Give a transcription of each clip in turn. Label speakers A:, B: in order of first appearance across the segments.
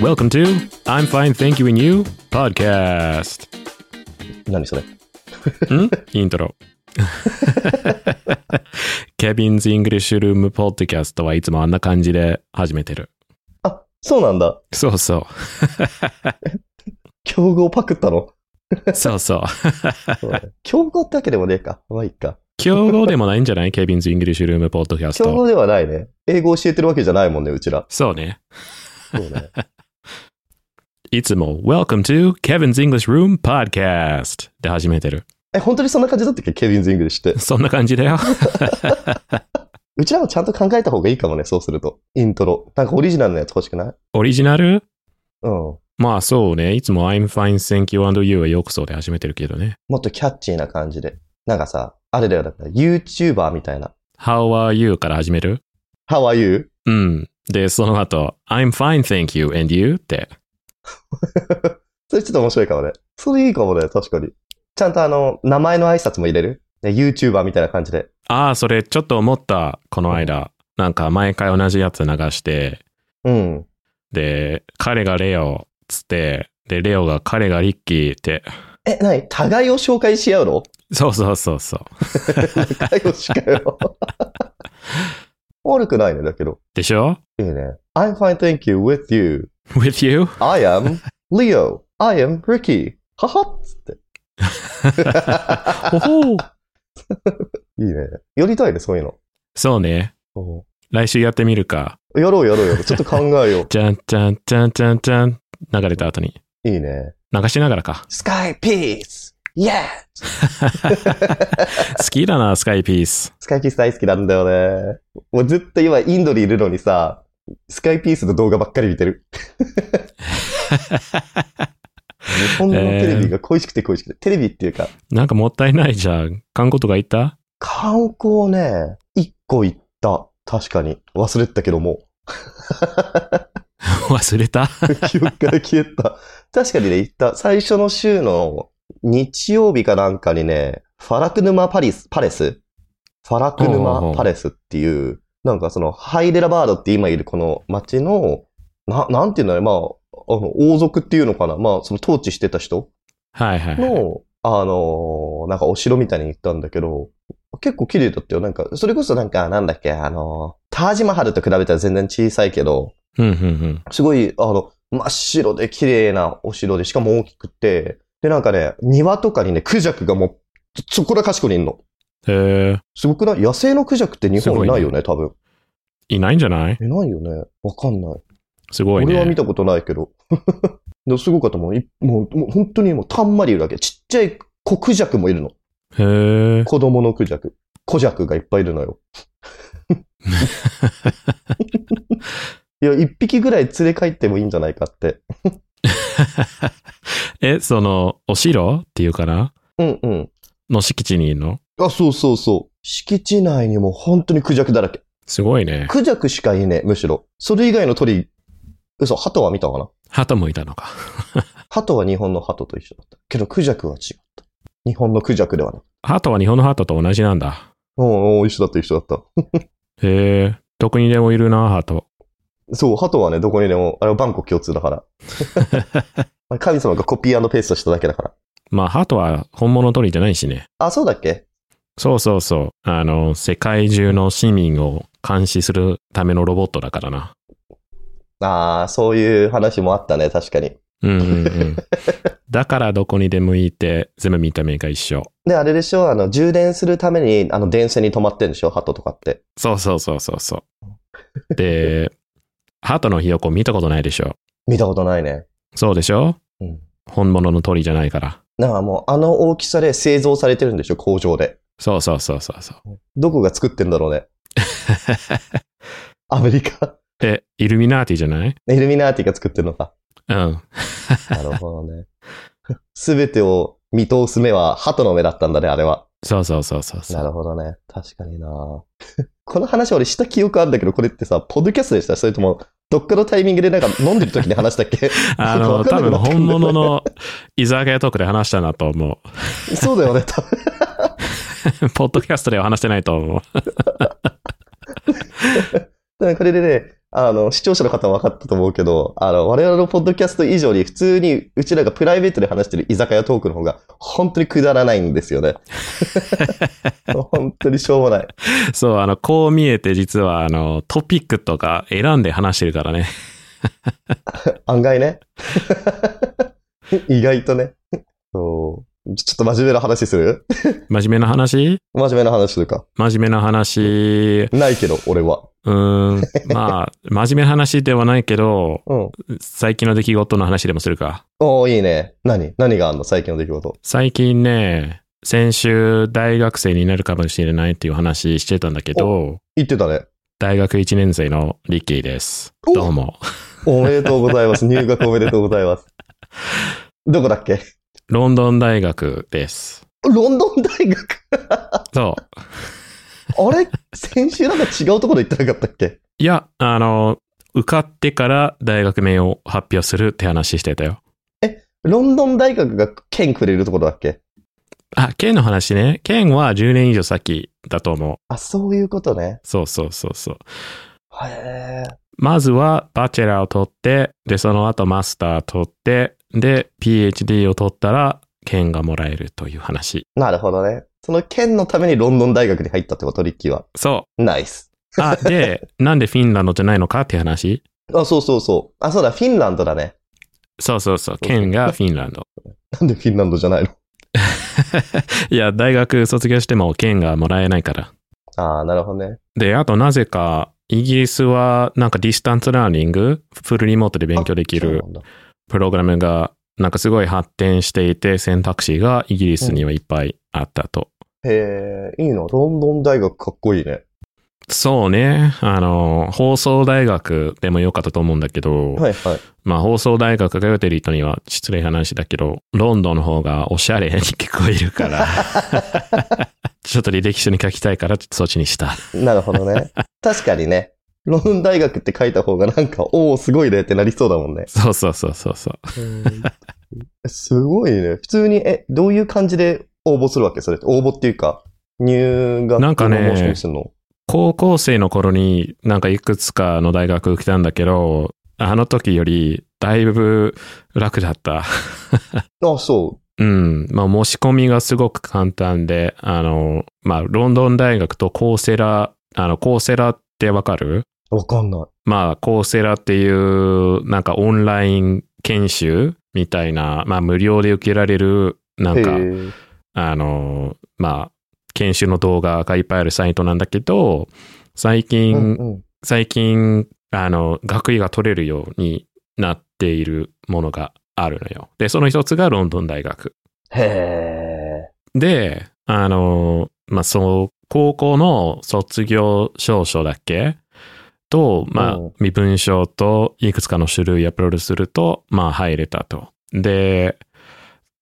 A: Welcome to I'm Fine, Thank You and You podcast.
B: 何それ
A: んイントロ。ケビンズ・イングリッシュ・ルーム・ポッドキャストはいつもあんな感じで始めてる。
B: あ、そうなんだ。
A: そうそ
B: 競合パクったの。
A: う。そうそう。
B: そうだね競合ってわけでもねえか。まあいいか。
A: 競合でもないんじゃないケビンズ・イングリッシュ・ルーム・ポッドキャス
B: 競合
A: ト。
B: ではないね。英語教えてるわけじゃないもんね、うちら。
A: そうね。
B: そうね。
A: いつも Welcome to Kevin's English Room Podcast で始めてる。
B: え、本当にそんな感じだったっけケビン・ズ・イングリッシュって。
A: そんな感じだよ。
B: うちらもちゃんと考えた方がいいかもね、そうすると。イントロ。なんかオリジナルのやつ欲しくない
A: オリジナル
B: うん。
A: まあそうね。いつも I'm fine, thank you and you はようこそで始めてるけどね。
B: もっとキャッチーな感じで。なんかさ、あれだよ、だから YouTuber みたいな。
A: How are you? から始める
B: How are you?
A: うん。で、その後、I'm fine, thank you, and you? って。
B: それちょっと面白いかもね。それいいかもね、確かに。ちゃんとあの、名前の挨拶も入れる、ね、?YouTuber みたいな感じで。
A: ああ、それちょっと思った、この間。なんか毎回同じやつ流して、
B: うん。
A: で、彼がレオ、つって、で、レオが彼がリッキーって。
B: え、なに互いを紹介し合うの
A: そうそうそうそう。
B: 仲良しかよ。悪くないね、だけど。
A: でしょ
B: いいね。I'm fine, thank you, with you.
A: ?with you?
B: I am Leo. I am Ricky. ははっつって。
A: ほほう
B: いいね。やりたいね、そういうの。
A: そうね。
B: う
A: 来週やってみるか。
B: んやろうやろうやろう。ちょっと考えよ
A: じゃんじゃんじゃんじゃんじゃん。流れた後に。
B: う。いいね。
A: 流しながらか。
B: Sky Peace! Yeah!
A: 好きだな、スカイピース。
B: スカイピース大好きなんだよね。もうずっと今インドにいるのにさ、スカイピースの動画ばっかり見て る。日本のテレビが恋しくて恋しくて。テレビっていうか、
A: なんかもったいないじゃん。看護とか行った
B: 観光ね、一個行った。確かに。忘れてたけども。
A: 忘れた
B: 記憶から消えた。確かにね、行った。最初の週の日曜日かなんかにね、ファラクヌマパリス、パレスファラクヌ
A: ほうほうほ
B: マ
A: う
B: パレスっていう、なんかその、ハイデラバードって今いるこの街の、な、なんていうんだろうね、まあ、あの、王族っていうのかな。まあ、その統治してた人
A: はいはい。
B: の、あのーなんかお城みたいに行ったんだけど、結構綺麗だったよ。なんか、それこそなんか、なんだっけ、あのータージマハルと比べたら全然小さいけど、
A: うんうんうん。
B: すごい、あの、真っ白で綺麗なお城で、しかも大きくて、で、なんかね、庭とかにね、クジャクがもう、そそこらかしこにいんの。
A: えー、
B: すごくない野生のクジャクって日本いないよね、多分。
A: いないんじゃない
B: いないよね。わかんない。
A: すごいね。
B: 俺は見たことないけど。 ですごかったもん。いもう、もう本当にもうたんまりいるわけ。ちっちゃい子クジャクもいるの。
A: へ ー
B: 子供のクジャク。子ジャクがいっぱいいるのよ。 いや、一匹ぐらい連れ帰ってもいいんじゃないかって。
A: え、その、お城っていうかな
B: うんうん。
A: の敷地にいるの
B: あ、そうそうそう。敷地内にも本当にクジャクだらけ。
A: すごいね。
B: クジャクしかいねえ、むしろ。それ以外の鳥、嘘、鳩は見たかな
A: 鳩もいたのか。
B: 鳩は日本の鳩と一緒だった。けどクジャクは違った。日本のクジャクではない。
A: 鳩は日本の鳩と同じなんだ。
B: うんうん、一緒だった、一緒だった。
A: へーどこにでもいるな、鳩。
B: そう、鳩はね、どこにでも、あれはバンコク共通だから。 あれ神様がコピーペーストしただけだから。
A: まあ、鳩は本物鳥じゃないしね。
B: あ、そうだっけ
A: そうそうそう。あの、世界中の市民を監視するためのロボットだからな。
B: ああ、そういう話もあったね、確かに。
A: うんうん うん。だからどこにでもいて、全部見た目が一緒。
B: で、あれでしょあの、充電するために、あの、電線に止まってんでしょ鳩とかって。
A: そうそうそうそうそう。で、鳩のひよこ見たことないでしょ。
B: 見たことないね。
A: そうでしょ
B: うん。
A: 本物の鳥じゃないから。
B: だからもう、あの大きさで製造されてるんでしょ工場で。
A: そうそうそうそうそう。
B: どこが作ってんだろうね。アメリカ。
A: え、イルミナーティじゃない
B: イルミナーティが作ってるのか。
A: うん。
B: なるほどね。 すべてを見通す目は鳩の目だったんだね、あれは。
A: そうそうそうそうそ
B: な
A: う。
B: るほどね。確かにな この話俺した記憶あるんだけど、これってさ、ポッドキャストでしたそれとも、どっかのタイミングでなんか飲んでる時に話したっけ
A: あ
B: わ
A: の、
B: か
A: 多
B: んなく
A: 分
B: なってんだ
A: 本
B: よ
A: 物の居酒屋トークで話したなと思
B: そうだよね、多分。
A: う。ポッドキャストでは話してないと思う。
B: だからこれでね、あの、視聴者の方は分かったと思うけど、あの、我々のポッドキャスト以上に普通にうちらがプライベートで話してる居酒屋トークの方が本当にくだらないんですよね。本当にしょうもない。
A: そう、あの、こう見えて実は、あの、トピックとか選んで話してるからね。
B: 案外ね。 意外とね。そう。ちょっと真面目な話する
A: 真面目な話
B: 真面目な話するか。
A: 真面目な話、う
B: ないけど、俺は。
A: ーん、まあ、真面目な話ではないけど、
B: うん。
A: 最近の出来事の話でもするか。
B: おー、いいね。何何があんの最近の出来事。
A: 最近ね、先週大学生になるかもしれないっていう話してたんだけど、
B: 言ってたね。
A: 大学1年生のリッキーです。
B: お
A: どうも。
B: おめでとうございます。入学おめでとうございます。どこだっけ
A: ロンドン大学です。
B: ロンドン大学。
A: そう。
B: あれ先週なんか違うところ行ってなかったっけ
A: いや、あの、受かってから大学名を発表するって話してたよ。
B: ロンドン大学が県くれるところだっけ
A: あ、県の話ね。県は10年以上先だと思う。
B: あ、そういうことね。
A: そうそうそうそう。
B: へー
A: まずはバチェラーを取って、で、その後マスター取って、で、PhD を取ったら、県がもらえるという話。
B: なるほどね。その県のためにロンドン大学に入ったってこと、リッキーは。
A: そ
B: ナイス。
A: う。 あ、で、なんでフィンランドじゃないのかって話
B: あ、そうそうそう。あ、そうだ、フィンランドだね。
A: そうそうそう。県がフィンランド。
B: なんでフィンランドじゃないの
A: いや、大学卒業しても県がもらえないから。
B: ああ、なるほどね。
A: で、あとなぜか、イギリスはなんかディスタンスラーニング、フルリモートで勉強できる
B: そうなんだ
A: プログラムがなんかすごい発展していて、選択肢がイギリスにはいっぱいあったと。
B: へえ、いいの。ロンドン大学かっこいいね。
A: そうね。あの、放送大学でもよかったと思うんだけど、
B: はいはい。
A: まあ放送大学通ってる人には失礼な話だけど、ロンドンの方がおしゃれに聞こえるから、 ちょっと履歴書に書きたいからそっちにした。
B: なるほどね。確かにね。ロンドン大学って書いた方がなんか、おお、すごいねってなりそうだもんね。
A: そうそうそうそうそう。
B: すごいね。普通に、え、どういう感じで応募するわけそれって。応募っていうか、入学
A: なんかね
B: の申し込みするの。
A: 高校生の頃になんかいくつかの大学来たんだけど、あの時よりだいぶ楽だった。
B: あ、そ
A: うん。まあ申し込みがすごく簡単で、あの、まあロンドン大学とコーセラ、あのコーセラってわかる
B: う。わかんない。
A: まあコーセラっていうなんかオンライン研修みたいな、まあ無料で受けられるなんか
B: へー
A: あの、まあ研修の動画がいっぱいあるサイトなんだけど、最近、
B: うんうん。
A: 最近、あの、学位が取れるようになっているものがあるのよ。で、その一つがロンドン大学。
B: へえ。
A: で、あの、まあ、そう、高校の卒業証書だっけと、まあ
B: うん、
A: 身分証といくつかの種類アップロードすると、まあ、入れたと。で、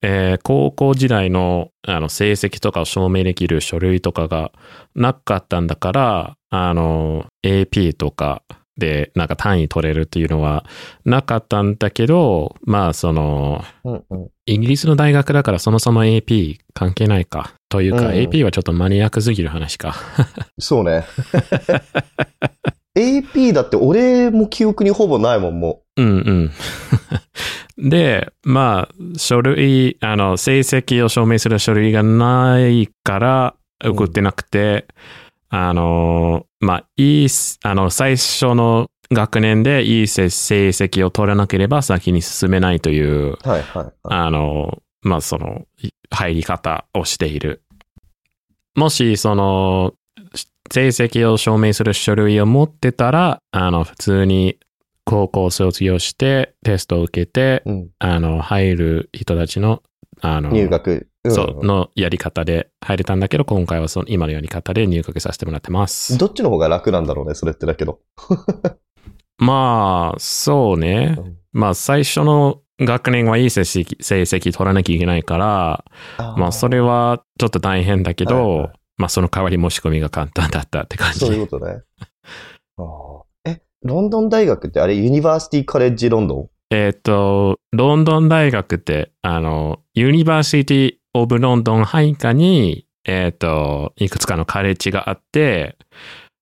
A: えー高校時代のあの成績とかを証明できる書類とかがなかったんだから、あの、AP とかでなんか単位取れるっていうのはなかったんだけど、まあ、その、
B: うんうん。
A: イギリスの大学だからそもそも AP 関係ないか。というか、
B: うん
A: AP はちょっとマニアックすぎる話か。
B: そう ね。AP だって俺も記憶にほぼないもん、も
A: うんうん。 で、まあ、書類、あの、成績を証明する書類がないから、
B: ん
A: 送ってなくて、あの、まあ、いいす、あの、最初の学年でいいせ成績を取らなければ先に進めないという、
B: う。はいはいはい。
A: あの、まあ、その、い入り方をしている。もし、その、し成績を証明する書類を持ってたら、あの、普通に高校を卒業して、テストを受けて、
B: うん、
A: あの、入る人たちの、あの、
B: 入学。うん
A: そう、のやり方で入れたんだけど、今回はその、今のやり方で入学させてもらってます。
B: どっちの方が楽なんだろうね、それってだけど。
A: まあ、そうね。まあ、最初の学年はいい成績、成績取らなきゃいけないから、まあ、それはちょっと大変だけど、
B: はいはい
A: まあ、その代わり申し込みが簡単だったって感じ。
B: そういうことね。あーえ、ロンドン大学ってあれ、ユニバーシティカレッジロンドン
A: えっ、と、ロンドン大学って、あの、ユニバーシティ・オブ・ロンドン配下に、えっ、と、いくつかのカレッジがあって、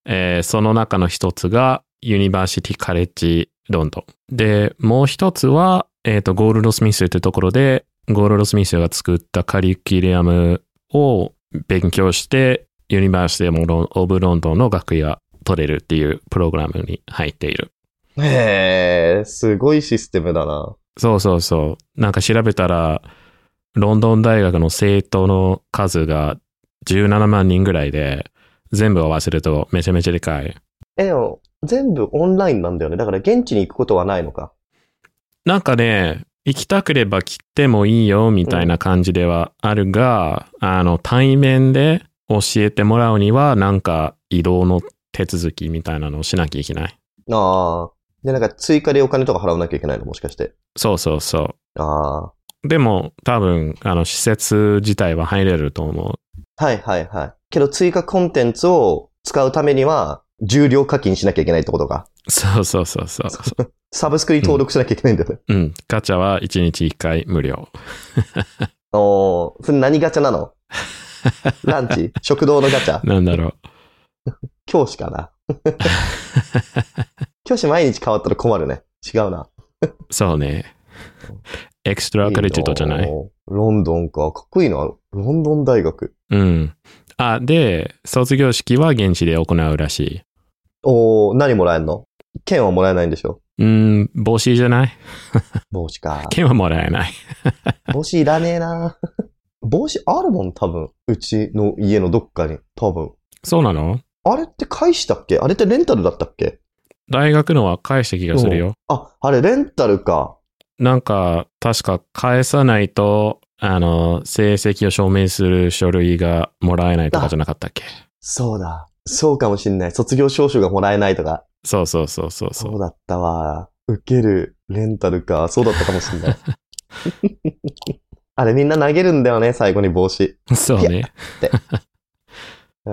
A: えーその中の一つが、ユニバーシティカレッジロンドン。で、もう一つは、えっ、と、ゴールドスミスというところで、ゴールドスミスが作ったカリキュリアムを勉強して、ユニバーシティオブロンドンの学位が取れるっていうプログラムに入っている。
B: へえ、すごいシステムだな。
A: そうそうそう。なんか調べたら、ロンドン大学の生徒の数が17万人ぐらいで、全部合わせるとめちゃめちゃでかい。
B: え、でも全部オンラインなんだよね。だから現地に行くことはないのか。
A: なんかね、行きたければ来てもいいよみたいな感じではあるが、あの、対面で教えてもらうには、なんか移動の手続きみたいなのをしなきゃいけない。
B: ああ。で、なんか追加でお金とか払わなきゃいけないのもしかして。
A: そうそうそ
B: ああ。
A: う。でも、多分、あの、施設自体は入れると思
B: はいはいはい。けど追加コンテンツを使うためには、重量課金しなきゃいけないってことか。
A: う。そうそうそうそう。
B: サブスクに登録しなきゃいけないんだよね。
A: うん。ガチャは1日1回無料。
B: おー、それ何ガチャなのランチ食堂のガチャ
A: なんだろう。
B: 教師 かな教師毎日変わったら困るね。違うな。
A: そうね。エクストラクレジットじゃない
B: おーロンドンか。かっこいいな。ロンドン大学。
A: うん。あ、で、卒業式は現地で行うらし
B: おー、何もらえんの券はもらえないんでしょ
A: い。うん、帽子じゃない
B: 帽子 か。
A: 券はもらえない。
B: 帽子いらねえな。帽子あるもん、多分。うちの家のどっかに。多分。
A: そうなの
B: あれって返したっけあれってレンタルだったっけ
A: 大学のは返した気がするよ。
B: あ、あれレンタルか。
A: なんか、確か返さないと、あの、成績を証明する書類がもらえないとかじゃなかったっけ
B: そうだ。そうかもしんない。卒業証書がもらえないとか。
A: そうそうそうそうそ
B: そうう。だったわ。受けるレンタルか。そうだったかもし んない。あれみんな投げるんだよね、最後に帽子。
A: そうね。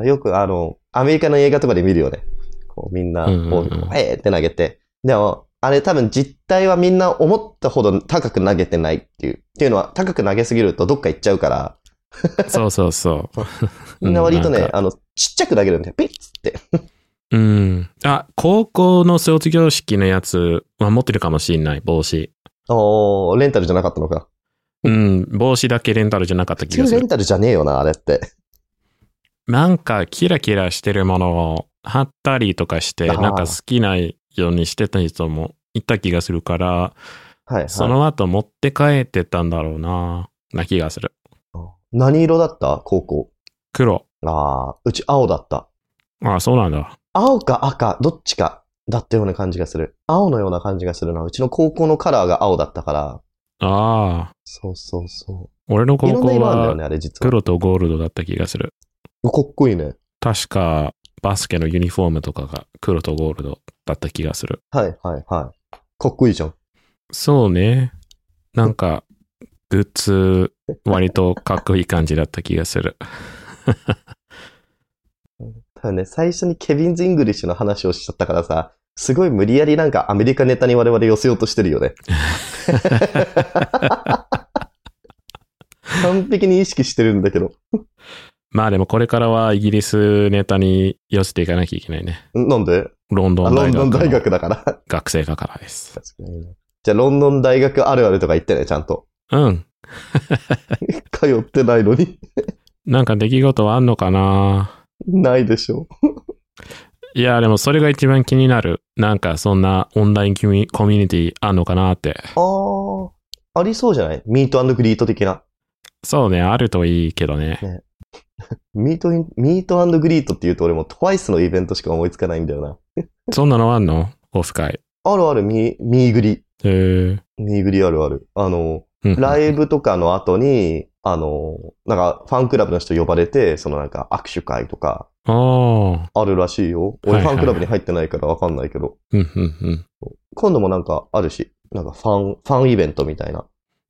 B: よくあの、アメリカの映画とかで見るよね。こうみんな、
A: うんうんうん
B: こう、えーって投げて。でも、あれ多分実態はみんな思ったほど高く投げてないっていう。っていうのは、高く投げすぎるとどっか行っちゃうから、
A: そうそうそう。
B: みんな割と
A: うんな
B: ね
A: ん、
B: あの、ちっちゃく投げるんだよ。ピッつって。
A: うん。あ、高校の卒業式のやつは持ってるかもしんない、帽子。
B: おー、レンタルじゃなかったのか。
A: うん、帽子だけレンタルじゃなかった
B: 普
A: 気が
B: 通
A: す
B: レ
A: る
B: ン。タルじゃねえよな、あれって。
A: なんかキラキラしてるものを貼ったりとかして、
B: あー
A: なんか好きなようにしてた人もいた気がするから、
B: はい、はい。
A: その後持って帰ってたんだろうな、な気がする。
B: 何色だった高校。
A: 黒。
B: ああ、うち青だった。
A: ああ、そうなんだ。
B: 青か赤、どっちかだったような感じがする。青のような感じがするな。うちの高校のカラーが青だったから。
A: ああ、
B: そうそうそ
A: 俺の
B: う。い
A: 高
B: ろんな
A: 校
B: 色あるんだよ
A: は
B: ね、あれ実は。
A: 黒とゴールドだった気がする。
B: かっこいいね。
A: 確かバスケのユニフォームとかが黒とゴールドだった気がする。
B: はいはいはい。かっこいいじゃん。
A: そうね。なんか、グッズ、割とかっこいい感じだった気がする。
B: ただね、最初にケビンズ・イングリッシュの話をしちゃったからさ、すごい無理やりなんかアメリカネタに我々寄せようとしてる よね。完璧に意識してるんだけど。
A: まあでもこれからはイギリスネタに寄せていかなきゃいけないね。
B: んなんで
A: ロンド
B: あ
A: ン
B: ロ
A: 大
B: ンド
A: 学
B: ン大
A: の
B: 学だから。
A: 学生だからです。
B: 確かにねじゃあ、ロンドン大学あるあるとか言ってね、ちゃんと。
A: うん。
B: 通ってないのに。
A: なんか出来事はあんのかな
B: ないでしょ。
A: いや、でもそれが一番気になる。なんかそんなオンラインコミュコミュニティあんのかなって。
B: ああ、ありそうじゃないミートグリート的な。
A: そうね、あるといいけどね。
B: ミートイン、ミートグリートって言うと俺もトワイスのイベントしか思いつかないんだよな。
A: そんなのあんのオフ会。
B: あるある、ミー、ミーグリ。
A: へー
B: ミーグリあるある。あの、
A: うん
B: ライブとかの後に、 あの、なんかファンクラブの人呼ばれて、そのなんか握手会とか
A: ああ。
B: あるらしいよ。俺
A: はい
B: フ
A: はい
B: ァンクラブに入ってないからわかんないけど。
A: うん、うん、うん
B: 今度もなんかあるし、なんかファン、ファンイベントみたいな。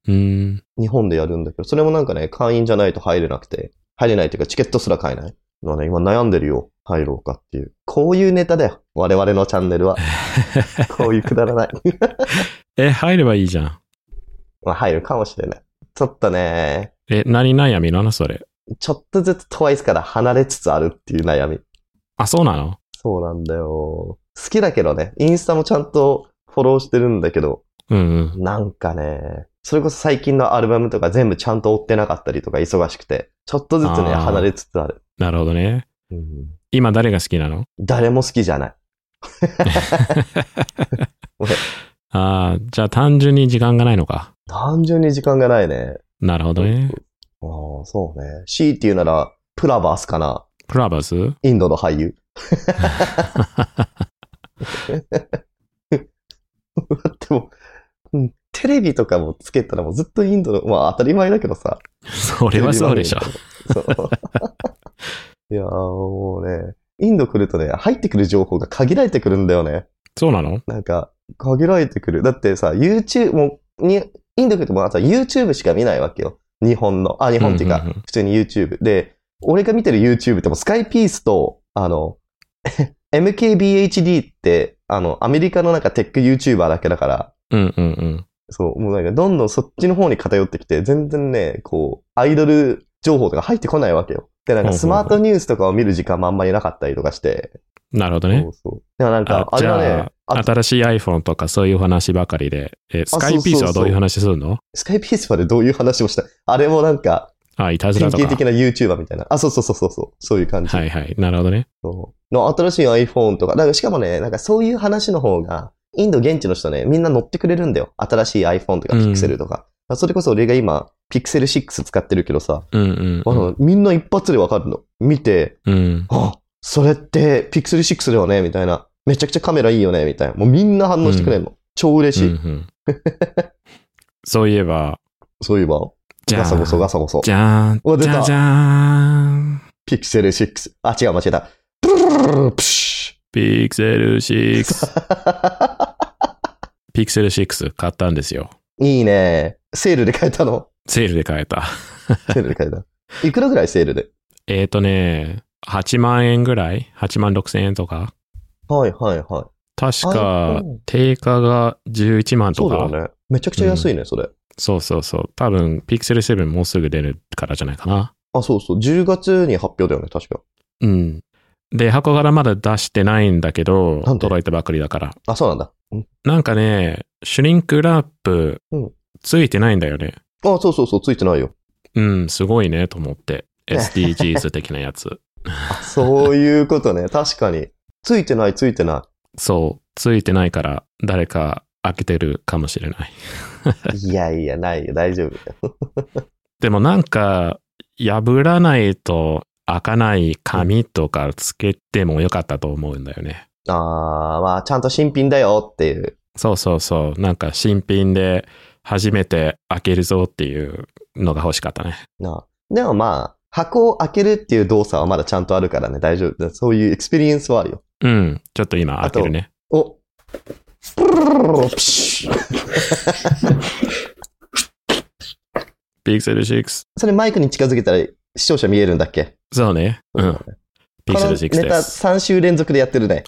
A: うん。
B: 日本でやるんだけど、それもなんかね、会員じゃないと入れなくて、入れないというかチケットすら買えない。のね、今悩んでるよ。入ろうかっていう。こういうネタだよ。我々のチャン ネルは。こういうくだらない。
A: え、入ればいいじゃん。
B: まあ入るかもしれない。ちょっとね、
A: え、何悩みなのそれ。
B: ちょっとずつトワイスから離れつつあるっていう悩み。
A: あ、そうなの
B: そうなんだよ。好きだけどね、インスタもちゃんとフォローしてるんだけど、
A: うんうん。
B: なんかね、それこそ最近のアルバムとか全部ちゃんと追ってなかったりとか忙しくて、ちょっとずつね、
A: あー
B: 離れつつある。
A: なるほどね。
B: うん
A: 今誰が好きなの
B: 誰も好きじゃない。
A: ああ、じゃあ単純に時間がないのか。
B: 単純に時間がないね。
A: なるほどね。
B: あーそうね。C っていうなら、プラバースかな。
A: プラバス
B: インドの俳優。でも、うんテレビとかもつけたらもうずっとインドの、まあ当たり前だけどさ。
A: それはそうでしょ。
B: そう。 いやーもうね、インド来るとね、入ってくる情報が限られてくるんだよね。
A: そうなの
B: なんか、限られてくる。だってさ、YouTube もう、にインド来るともうさ、YouTube しか見ないわけよ。日本の。あ、日本っていうか、
A: うんうんうん
B: 普通に YouTube。で、俺が見てる YouTube ってもうスカイピースと、あの、MKBHD って、あの、アメリカのなんかテック YouTuber だけだから、
A: うんうんうん。
B: そう、もうなんかどんどんそっちの方に偏ってきて、全然ね、こう、アイドル情報とか入ってこないわけよ。で、なん
A: ほう
B: か
A: ほう
B: スマートニュースとかを見る時間もあんまりなかったりとかして。
A: なるほど
B: そ
A: ね
B: う。そう。でもなんか、あ
A: じ
B: れは
A: ゃ
B: ね
A: あ、、新しい iPhone とかそういう話ばかりで、えスカイピースはどういう話するの
B: スカイピースまでどういう話をしたあれもなんか、
A: あ、いたず
B: 典
A: らと
B: 型的
A: か。
B: な YouTuber みたいな。あ、そうそうそうそうそう。そういう感じ。
A: はいはい。なるほどね。
B: そうの新しい iPhone とか。だからしかもね、なんかそういう話の方が、インド現地の人ね、みんな乗ってくれるんだよ。新しい iPhone とか
A: うん
B: Pixel とか。それこそ俺が今、Pixel 6使ってるけどさ、
A: うんうん
B: あ
A: うん。
B: の、みんな一発でわかるの。見て、
A: うん。
B: あ、それって、ピクセル6だよね、みたいな。めちゃくちゃカメラいいよね、みたいな。もうみんな反応してくれんの。超嬉しい。
A: うんうん、そういえば、
B: そういえば。
A: じゃ
B: ガサゴソ
A: ー
B: ガ
A: ん。
B: サゴソ。
A: じゃー
B: お
A: ん。
B: 出
A: じ
B: た
A: ゃじゃーん。
B: ピクセル6。あ、違う、間違えた。プルルルルルプシ
A: ピクセル6。
B: ュ
A: ピクセル6買ったんですよ。
B: いいね。セールで買えたの。
A: セールで買えた。
B: セールで買えた。いくらぐらいセールで。
A: えっ、ー、とね、8万円ぐらい ?8 万6千円とか
B: はいはいはい。
A: 確
B: あ
A: か
B: うん、
A: 定価が11万と
B: そうだよ
A: か。
B: ね。めちゃくちゃ安いね、それ。
A: そうそうそう。多分、ピクセル7もうすぐ出るからじゃないかな。
B: あ、そうそう。10月に発表だよね、確か。
A: うん。で、箱柄まだ出してないんだけど
B: なん、で
A: 届いたばかりだから。
B: あ、そうなんだ。うん
A: なんかね、シュリンクラップ
B: うん、
A: ついてないんだよね。
B: あ、そうそうそう、ついてないよ。
A: うん、すごいね、と思って。SDGs 的なやつ。
B: あそういうことね。確かに。ついてない、ついてない。
A: そう、ついてないから、誰か開けてるかもしれない。
B: いやいや、ないよ、大丈夫。
A: でもなんか、破らないと開かない紙とかつけてもよかったと思うんだよね。
B: あー、まあ、ちゃんと新品だよっていう。
A: そうそうそう。なんか新品で初めて開けるぞっていうのが欲しかったね。
B: なあでもまあ、箱を開けるっていう動作はまだちゃんとあるからね、大丈夫。そういうエクスペリエンスはあるよ。
A: うん。ちょっと今開けるね。
B: おプルルルルルプシュ
A: ピクセル6。
B: それマイクに近づけたら視聴者見えるんだっけ
A: そうね。うん。ピクセル6
B: このネ
A: で
B: タ
A: す。
B: 3週連続でやって るね。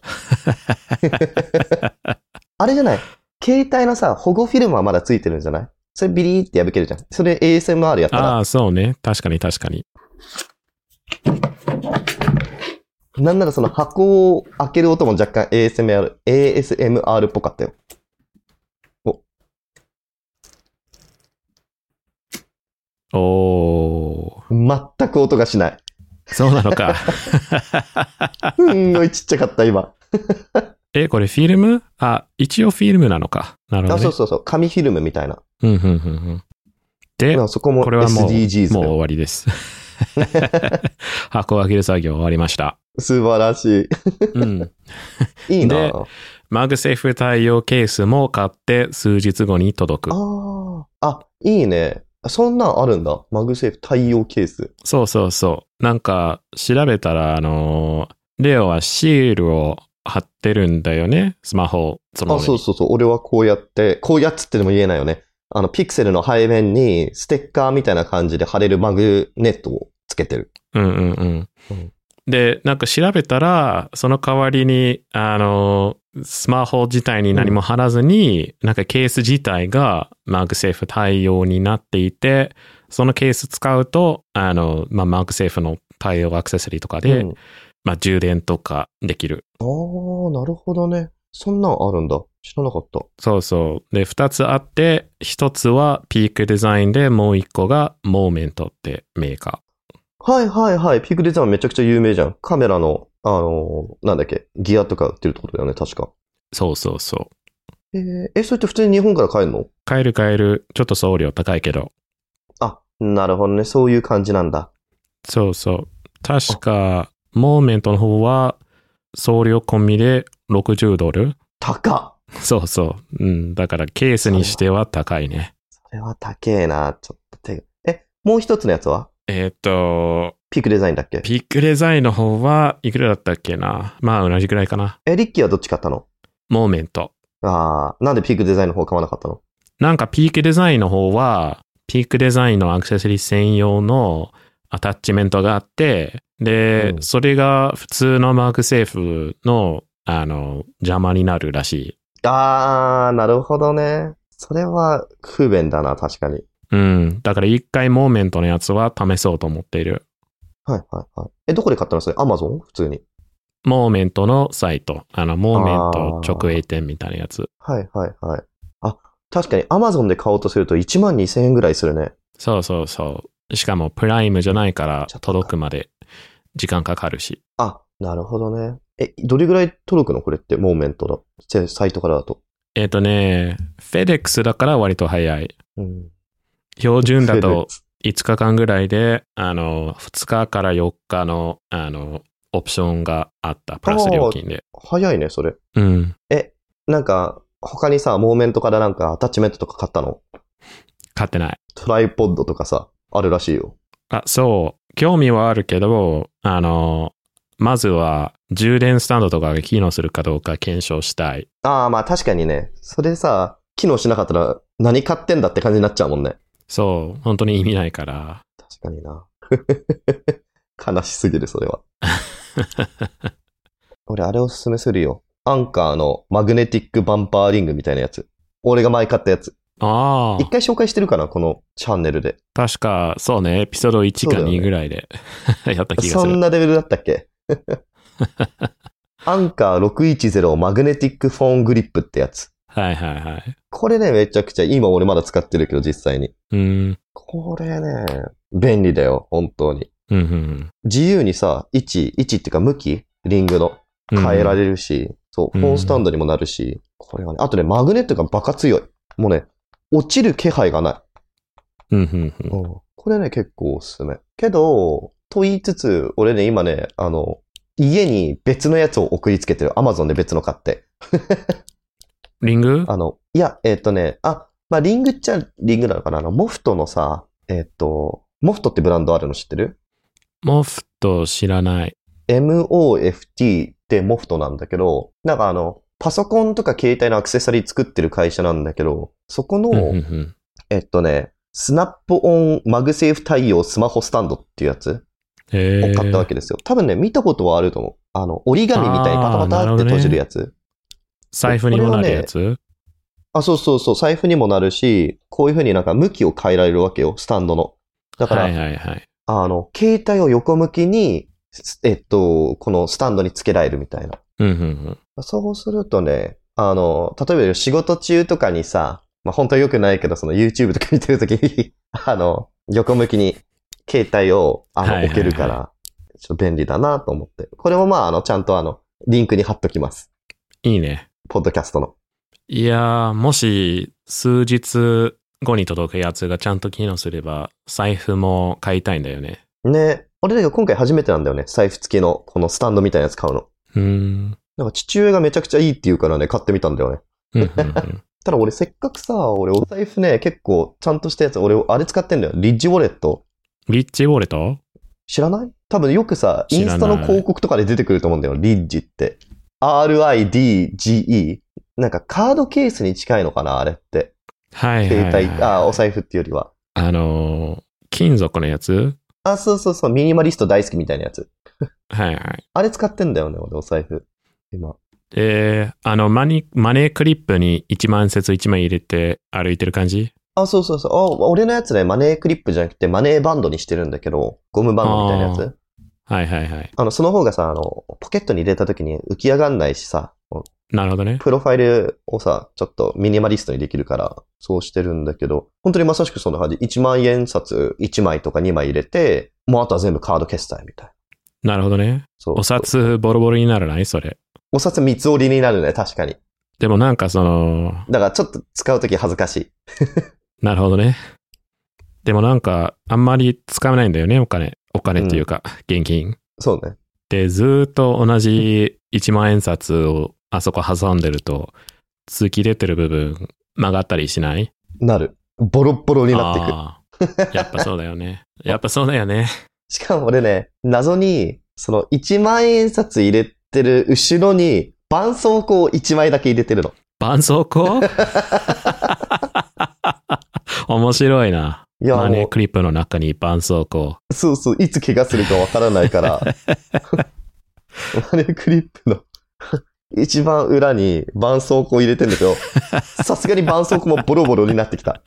B: あれじゃない携帯のさ、保護フィルムはまだついてるんじゃないそれビリーって破けるじゃん。それ ASMR やったら
A: あ、あ、そうね。確かに確かに。
B: なんならその箱を開ける音も若干 ASMR、ASMR っぽかったよ。
A: おー。
B: 全く音がしない。
A: そうなのか。
B: すんごいちっちゃかった今。
A: え、これフィルムあ、一応フィルムなのか。なるほ
B: あ、
A: ど
B: そ
A: ね
B: う。そうそう。紙フィルムみたいな。
A: うん、うん、うん、うん。で
B: で、もそこも
A: これはもう、もう
B: SDGs だ
A: 終
B: よ。
A: わりです。 箱を開ける作業終わりました。
B: 素晴らし
A: うん。
B: い。いいな
A: で
B: あ
A: マグセーフ対応ケースも買って数日後に届く。
B: あ。あ、いいね。そんなんあるんだ。マグセーフ対応ケース。
A: そうそうそう。なんか、調べたら、あのーレオはシールを貼ってるんだよね。スマホ、その
B: あ、
A: 上に
B: そうそうそう。俺はこうやって、こうやっつってでも言えないよね。あの、ピクセルの背面にステッカーみたいな感じで貼れるマグネットをつけてる。
A: うんうんうん
B: うん。
A: で、なんか調べたら、その代わりに、あの、スマホ自体に何も貼らずに、なんかケース自体がマグセーフ対応になっていて、そのケース使うと、あの、まあ、マグセーフの対応アクセサリーとかで、
B: うん
A: まあ、充電とかできる。
B: ああ、なるほどね。そんなんあるんだ。知らなかった。
A: そうそう。で、二つあって、一つはピークデザインで、もう一個がモーメントってメーカ
B: はいはいはい。ピークデザインめちゃくちゃ有名じゃん。カメラの、あのーなんだっけ、ギアとか売ってるってことだよね、確か。
A: ー。そうそうそう。
B: えーえ、それって普通に日本から買えるの
A: 買える買える。ちょっと送料高いけど。
B: あ、なるほどね。そういう感じなんだ。
A: そうそう。確か、モーメントの方は、送料込みで60ドル
B: 高っ
A: そうそう。うん。だからケースにしては高いね。
B: それは高えな。ちょっと手が。え、もう一つのやつは
A: えーっと、
B: ピークデザインだっけ
A: ピックデザインの方はいくらだったっけなまあ同じくらいかな。
B: え、リッキーはどっち買ったの
A: モーメント。
B: ああ、なんでピークデザインの方買わなかったの
A: なんかピークデザインの方は、ピークデザインのアクセサリー専用のアタッチメントがあって、で、
B: うん
A: それが普通のマークセーフの、あの、邪魔になるらしい。
B: ああ、なるほどね。それは不便だな、確かに。
A: うん。だから一回モーメントのやつは試そうと思っている。
B: はいはいはい。え、どこで買ったのそれアマゾン普通に。
A: モーメントのサイト。あの、モーメント
B: あー
A: 直営店みたいなやつ。
B: はいはいはい。あ、確かに Amazon で買おうとすると1万2000円ぐらいするね。
A: そうそうそう。しかもプライムじゃないから
B: ちょっと
A: 届くまで時間かかるし。
B: あ、なるほどね。え、どれぐらい届くのこれって、モーメントの。せサイトからだと。
A: えっ、とね、フェデックスだから割と早い。
B: うん。
A: 標準だ
B: セー
A: と
B: ル
A: 5日間ぐらいで、あの、2日から4日の、あの、オプションがあった。プラス料金で。
B: 早いね、それ。
A: うん。
B: なんか、他にさ、モーメントからなんかアタッチメントとか買ったの
A: 買ってない。
B: トライポッドとかさ、あるらしいよ。
A: あ、そう。興味はあるけど、あの、まずは充電スタンドとかが機能するかどうか検証したい。
B: ああ、まあ確かにね。それさ、機能しなかったら何買ってんだって感じになっちゃうもんね。
A: そう。本当に意味ないから。
B: 確かにな。 悲しすぎる、それは。俺、あれおすすめするよ。アンカーのマグネティックバンパーリングみたいなやつ。俺が前買ったやつ。
A: あ
B: 一
A: あ、
B: 回紹介してるかなこのチャンネルで。
A: 確か、そうね、エピソード1か
B: そうだよ
A: 2
B: ね
A: ぐらいで、 やった気が
B: そ
A: す
B: ん
A: る。
B: なレベルだったっけ アンカー610マグネティックフォングリップってやつ。
A: はいはいはい。
B: これね、めちゃくちゃ、今俺まだ使ってるけど、実際に。
A: うん。
B: これね、便利だよ、本当に。
A: うんうん
B: 自由にさ、位置、位置っていうか向き、リングの。
A: うん。
B: 変えら
A: る。
B: れるし、そう、
A: うん
B: フォンスタンドにもなるし、これはね、あとね、マグネットがバカ強い。もうね、落ちる気配がな
A: うんうんう
B: い。
A: ん。
B: うん。これね、結構おすすめ。けど、と言いつつ、俺ね、今ね、あの、家に別のやつを送りつけてる。Amazon で別の買って。
A: リング
B: あの、いや、えっ、とね、あ、まあ、リングっちゃリングなのかなあの、モフトのさ、えっ、と、モフトってブランドあるの知ってる
A: モフト知らない。
B: MOFT ってモフトなんだけど、なんかあの、パソコンとか携帯のアクセサリー作ってる会社なんだけど、そこの、
A: うんうんうん
B: えっとね、スナップオンマグセーフ対応スマホスタンドっていうやつ
A: へ
B: を
A: ー
B: 買ったわけですよ。多分ね、見たことはあると思う。あの、折り紙みたいにパタパ
A: あーなる
B: タ
A: ほ
B: って
A: どね
B: 閉じるやつ。
A: 財布にもなるやつ
B: あ、そうそうそう、財布にもなるし、こういう風になんか向きを変えられるわけよ、スタンドの。だから、
A: はいはいはい。
B: あの、携帯を横向きに、すえっと、このスタンドにつけられるみたいな。
A: うんうんうん。
B: そうするとね、あの、例えば仕事中とかにさ、まあ、本当は良くないけど、その YouTube とか見てるときに、 あの、横向きに携帯をあ
A: はい
B: の
A: はいはい
B: 置けるから、ちょっと便利だなと思って。これもまあ、あの、ちゃんとあの、リンクに貼っときます。
A: いいね。
B: ポッドキャストの。
A: いやー、もし数日後に届くやつがちゃんと機能すれば、財布も買いたいんだよね。
B: ね、俺だけど今回初めてなんだよね。財布付きのこのスタンドみたいなやつ買うの。
A: うーん。
B: なんか父親がめちゃくちゃいいって言うからね、買ってみたんだよね。
A: うんうん うん。
B: ただ俺せっかくさ、俺お財布ね、結構ちゃんとしたやつ、俺あれ使ってんだよ。リッジウォレット。
A: リッチウォレット
B: 知らない多分よくさ、
A: 知
B: イ
A: ら
B: ン
A: ない
B: スタの広告とかで出てくると思うんだよ、リッジって。RIDGE。なんかカードケースに近いのかな、あれって。
A: はいはい、
B: 携
A: はい。
B: 帯、あ、お財布っていうよりは。
A: あのー金属のやつ
B: あ、そうそうそう、ミニマリスト大好きみたいなやつ。
A: はいはい。
B: あれ使ってんだよね、俺、お財布。今。
A: えー、あの、マニ、マネークリップに1万節1枚入れて歩いてる感じ
B: あ、そうそうそう。あ、俺のやつね、マネークリップじゃなくてマネーバンドにしてるんだけど、ゴムバンドみたいなや
A: あ
B: つ。
A: はいはいはい。
B: あの、その方がさ、あの、ポケットに入れた時に浮き上がんないしさ、
A: なるほどね。
B: プロファイルをさ、ちょっとミニマリストにできるから、そうしてるんだけど、本当にまさしくそんな感じ。1万円札1枚とか2枚入れて、もうあとは全部カード決済みたいな。
A: なるほどね。
B: そう。
A: お札ボロボロにならないそれ。
B: お札三つ折りになるね、確かに。
A: でもなんかその、
B: だからちょっと使うとき恥ずかしい。
A: なるほどね。でもなんか、あんまりつかめないんだよね、お金。お金っていうか、現金。
B: そうね。
A: で、ずーっと同じ1万円札をあそこ挟んでると、突き出てる部分曲がったりしない
B: なる。ボロッボロになっていく。
A: あーやっぱそうだよ ね。やっぱそうだよね。
B: しかも俺ね、謎に、その1万円札入れてる後ろに、絆創膏を1枚だけ入れてるの。
A: 絆創 膏面白いな。
B: いや、
A: マネ
B: も
A: ークリップの中に絆創膏。
B: う、そうそう、いつ怪我するかわからない から。マネークリップの一番裏に絆創膏入れてんだけど、さすがに絆創膏もボロボロになってきた。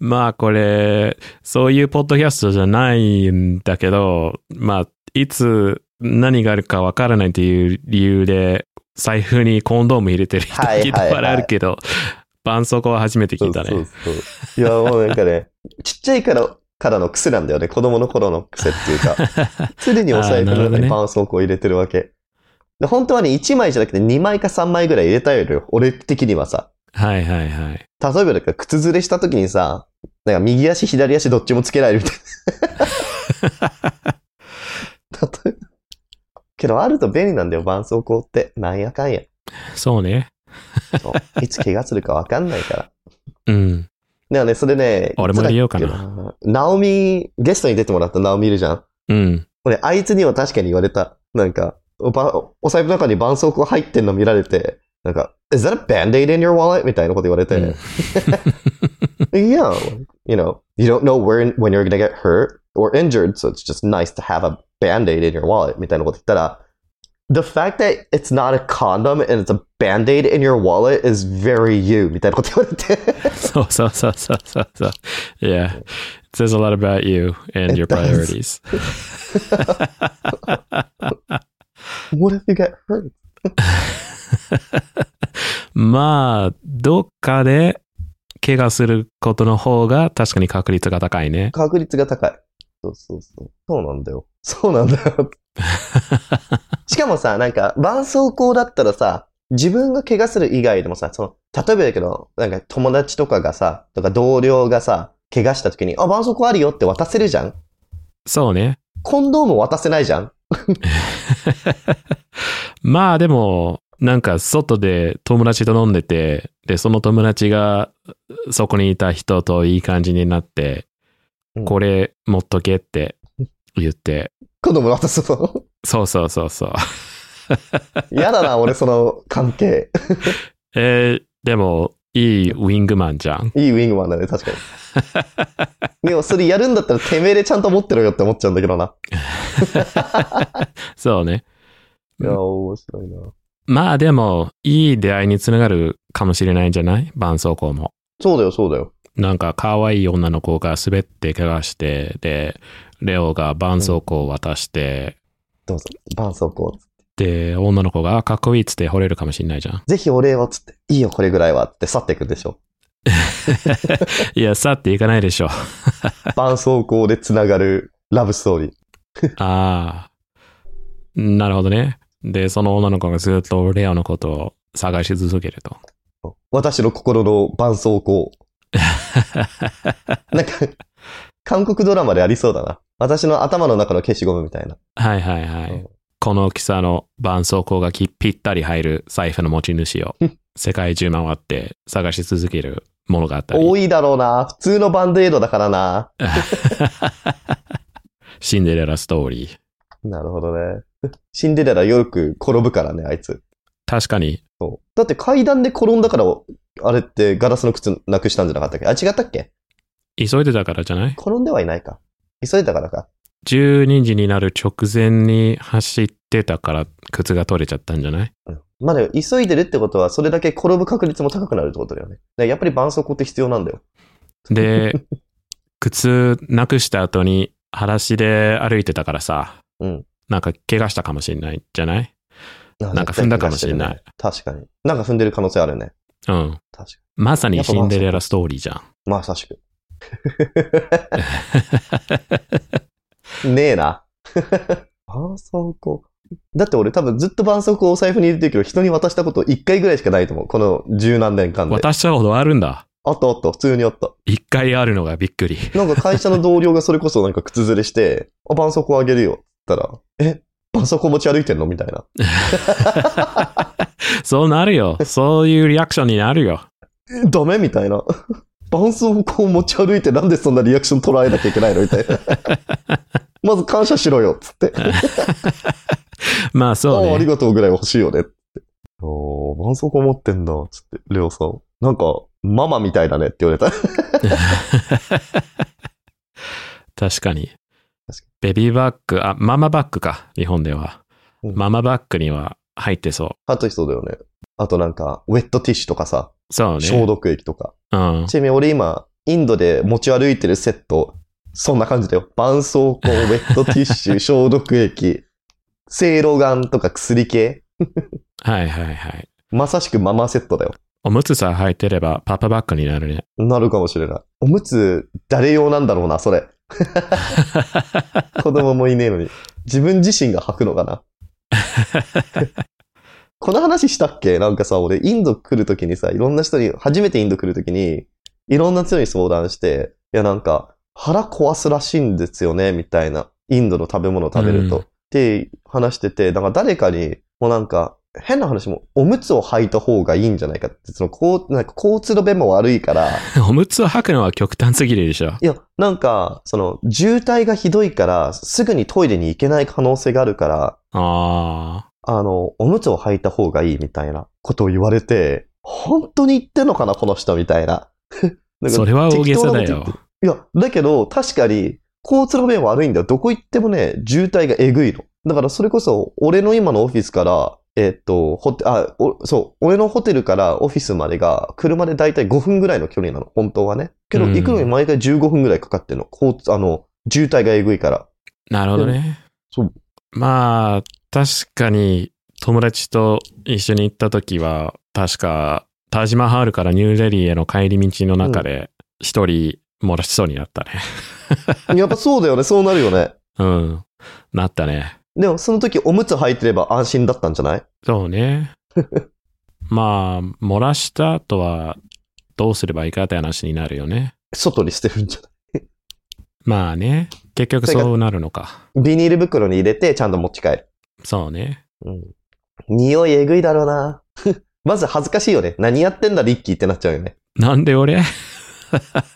A: まあこれ、そういうポッドキャストじゃないんだけど、まあ、いつ何があるかわからないっていう理由で、財布にコンドーム入れてる人
B: はいはいはい
A: 聞いたことあるけど、絆創膏は初めて聞いた
B: そ
A: ね
B: う。そうそう。いや、もうなんかね、ちっちゃいから、からの癖なんだよね。子供の頃の癖っていうか。常にお財布の
A: あーなるほど
B: 中
A: ね
B: に絆創膏を入れてるわけ。で本当はね、1枚じゃなくて2枚か3枚ぐらい入れたいのよ。俺的にはさ。
A: はいはいはい。
B: 例えばだから靴ずれした時にさ、なんか右足左足どっちもつけないみたい な。例えば。けどあると便利なんだよ、絆創膏って。なんやかんや。
A: そうね。
B: そういつ怪我するかわかんないから。
A: うん。
B: だからね、それね、
A: 俺も入れようかな
B: つだっけな。ナオミ、ゲストに出てもらったナオミいるじゃん。
A: うん。
B: 俺、あいつには確かに言われた。なんか、おばお財布の中に絆創膏入ってんの見られて、なんか、Is that a band-aid in your wallet? みたいなこと言われて、
A: うん
B: Yeah, you know, you don't know where, when you're gonna get hurt or injured, so it's just nice to have a band-aid in your wallet みたいなこと言ったら、The fact that it's not a condom and it's a band-aid in your wallet is very you みたいなこと言われて。
A: そうそうそうそうそうそう。Yeah. It says a lot about you and
B: It
A: your
B: does.
A: priorities.
B: What if you get hurt?
A: まあ、どっかで怪我することの方が確かに確率が高いね。
B: 確率が高い。そうそうそう。そうなんだよ。そうなんだよ。しかもさ、なんか、絆創膏だったらさ、自分が怪我する以外でもさ、その、例えばだけど、なんか友達とかがさ、とか同僚がさ、怪我した時に、あ、絆創膏あるよって渡せるじゃん
A: そうね。
B: コンドーム渡せないじゃん
A: まあでも、なんか外で友達と飲んでて、で、その友達がそこにいた人といい感じになって
B: う、ん
A: これ持っとけって言って、
B: コンドーム渡すの。
A: そうそうそうそう。
B: 嫌だな、俺その関係。
A: えーでも、いいウィングマンじゃん。
B: いいウィングマンだね、確かに。でもそれやるんだったらてめえでちゃんと持ってろよって思っちゃうんだけどな。
A: そうね。
B: いや、面白いな。
A: まあでも、いい出会いにつながるかもしれないんじゃない絆創膏も。
B: そうだよ、そうだよ。
A: なんか可愛い女の子が滑って怪我して、で、レオが絆創膏を渡して、
B: どうぞ、絆創膏。
A: で、女の子があかっこいいっつって惚れるかもしんないじゃん。
B: ぜひお礼をつって、いいよ、これぐらいはって去っていくでしょ。
A: いや、去っていかないでしょ。
B: 絆創膏でつながるラブストーリー。
A: ああ。なるほどね。で、その女の子がずっとレオのことを探し続けると。
B: 私の心の絆創膏。なんか、韓国ドラマでありそうだな。私の頭の中の消しゴムみたいな。
A: はいはいは
B: う
A: い
B: ん。
A: この大きさの絆創膏がきぴったり入る財布の持ち主を世界中回って探し続けるものがあったり
B: 多、いだろうな。普通のバンドエイドだからな。
A: シンデレラストーリー。
B: なるほどね。シンデレラよく転ぶからね、あいつ。
A: 確かに、
B: そうだって階段で転んだから、あれってガラスの靴なくしたんじゃなかったっけあ、違ったっけ
A: 急いでたからじゃない
B: 転んではいないか。急いだからか。
A: 12時になる直前に走ってたから靴が取れちゃったんじゃない
B: まあでも、急いでるってことは、それだけ転ぶ確率も高くなるってことだよね。だからやっぱり絆創膏って必要なんだよ。
A: で、靴なくした後に裸足で歩いてたからさ、
B: うん
A: なんか怪我したかもしれないじゃない なんか踏んだかもしれない。
B: 確かに。なんか踏んでる可能性あるね。
A: うん。
B: 確か
A: まさにシンデレラストーリーじゃん。
B: に。まさしく。 ねえな。 絆創膏。だって俺多分ずっと絆創膏をお財布に入れてるけど、人に渡したこと1回ぐらいしかないと思う。この十何年間で。
A: 渡したことあるんだ。
B: あったあった、普通にあった。
A: 一回あるのがびっくり。
B: なんか会社の同僚がそれこそなんか靴ずれして、あ、絆創膏あげるよ。って言ったら、え、絆創膏持ち歩いてんのみたいな。
A: そうなるよ。そういうリアクションになるよ。
B: えダメみたいな。 絆創膏を持ち歩いてなんでそんなリアクション捉えなきゃいけないのみたい な。まず感謝しろよ、つって。
A: まあそう
B: ああり
A: ね。
B: がとうぐらい欲しいよね。おー、絆創膏持ってんだ、つって、レオさん。なんか、ママみたいだねって言われた。
A: 確かに
B: 確。
A: ベビーバッグ、あ、ママバッグか。日本では。
B: うん
A: ママバッグには入ってそ
B: あとそうだよね。あとなんか、ウェットティッシュとかさ、
A: う。そうね。
B: 消毒液とか。
A: うん。
B: ちなみに俺今、インドで持ち歩いてるセット、そんな感じだよ。絆創膏、ウェットティッシュ、消毒液、セいろがんとか薬系。
A: はいはいはい。
B: まさしくママセットだよ。
A: おむつさえ履いてればパパバッグになるね。
B: なるかもしれない。おむつ、誰用なんだろうな、それ。子供もいねえのに。自分自身が履くの かな。この話したっけなんかさ、俺、インド来るときにさ、いろんな人に、初めてインド来るときに、いろんな人に相談して、いや、なんか、腹壊すらしいんですよね、みたいな。インドの食べ物を食べると。
A: うん
B: って話してて、なんか誰かに、もうなんか、変な話も、おむつを履いた方がいいんじゃないかって、その、こう、なんか交通の便も悪いから、
A: おむつを履くのは極端すぎるでしょ。
B: いや、なんか、その、渋滞がひどいから、すぐにトイレに行けない可能性があるから、
A: あ
B: あの、おむつを履いた方がいいみたいなことを言われて、本当に言ってんのかな、この人みたいな。
A: あ。
B: なんか
A: それは大げさだ
B: 適当なこと言っ
A: よ
B: て。いや、だけど、確かに、交通の便悪いんだよ。どこ行ってもね、渋滞がえぐいの。だから、それこそ、俺の今のオフィスから、えっと、ホテ、あ、おそう、俺のホテルからオフィスまでが、車でだいたい5分ぐらいの距離なの、本当はね。けど、
A: うん
B: 行くのに毎回15分ぐらいかかってんの。交通、あの、渋滞がえぐいから。
A: なるほどね。
B: そう
A: まあ、確かに、友達と一緒に行った時は、確か、タージマハールからニューデリーへの帰り道の中で、一人漏らしそうになったね。
B: やっぱそうだよね、そうなるよね。
A: うん。なったね。
B: でも、その時おむつ履いてれば安心だったんじゃない
A: そう ね。まあ、漏らした後は、どうすればいいかって話になるよね。
B: 外に捨てるんじゃない
A: まあね。結局そうなるのか。
B: ビニール袋に入れて、ちゃんと持ち帰る。
A: そうね。
B: うん。匂いえぐいだろうな。 まず恥ずかしいよね。何やってんだ、リッキーってなっちゃうよね。
A: なんで俺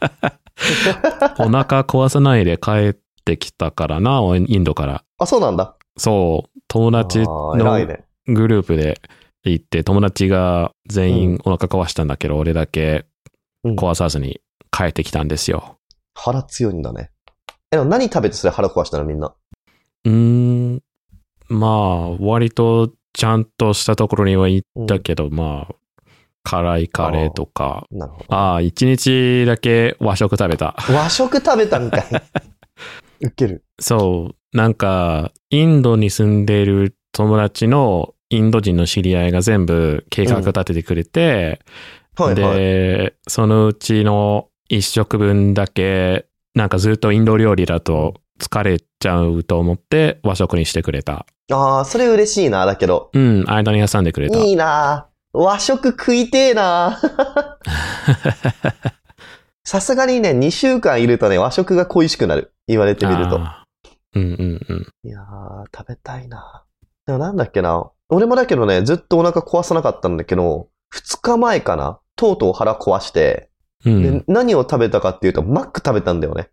A: お腹壊さないで帰ってきたからな、おインドから。
B: あ、そうなんだ。
A: そう、友達
B: あー偉い
A: の
B: ね。
A: グループで行って、友達が全員お腹壊したんだけど、俺だけ
B: うん
A: 壊さずに帰ってきたんですよ。
B: 腹強いんだね。え、でも何食べてそれ腹壊したのみんな。
A: うーん、まあ、割とちゃんとしたところには行ったけど、まあ、辛いカレーとか、
B: なるほ
A: ああ、一日だけ和食食べた。
B: ど。和食食べたんかい。 ウケる。
A: そう、なんか、インドに住んでいる友達のインド人の知り合いが全部計画立ててくれて、
B: はいはい。
A: で、そのうちの一食分だけ、なんかずっとインド料理だと疲れちゃうと思って和食にしてくれた。
B: ああ、それ嬉しいな、だけど。
A: うん、間に挟んでくれた。
B: いいな和食食いて えなさすがにね、2週間いるとね、和食が恋しくなる。言われてみると。
A: あーうんうんうん。
B: いやー、食べたいな。でもなんだっけな。俺もだけどね、ずっとお腹壊さなかったんだけど、二日前かな。とうとう腹壊して、
A: うん、
B: で、何を食べたかっていうと、マック食べたんだ よね。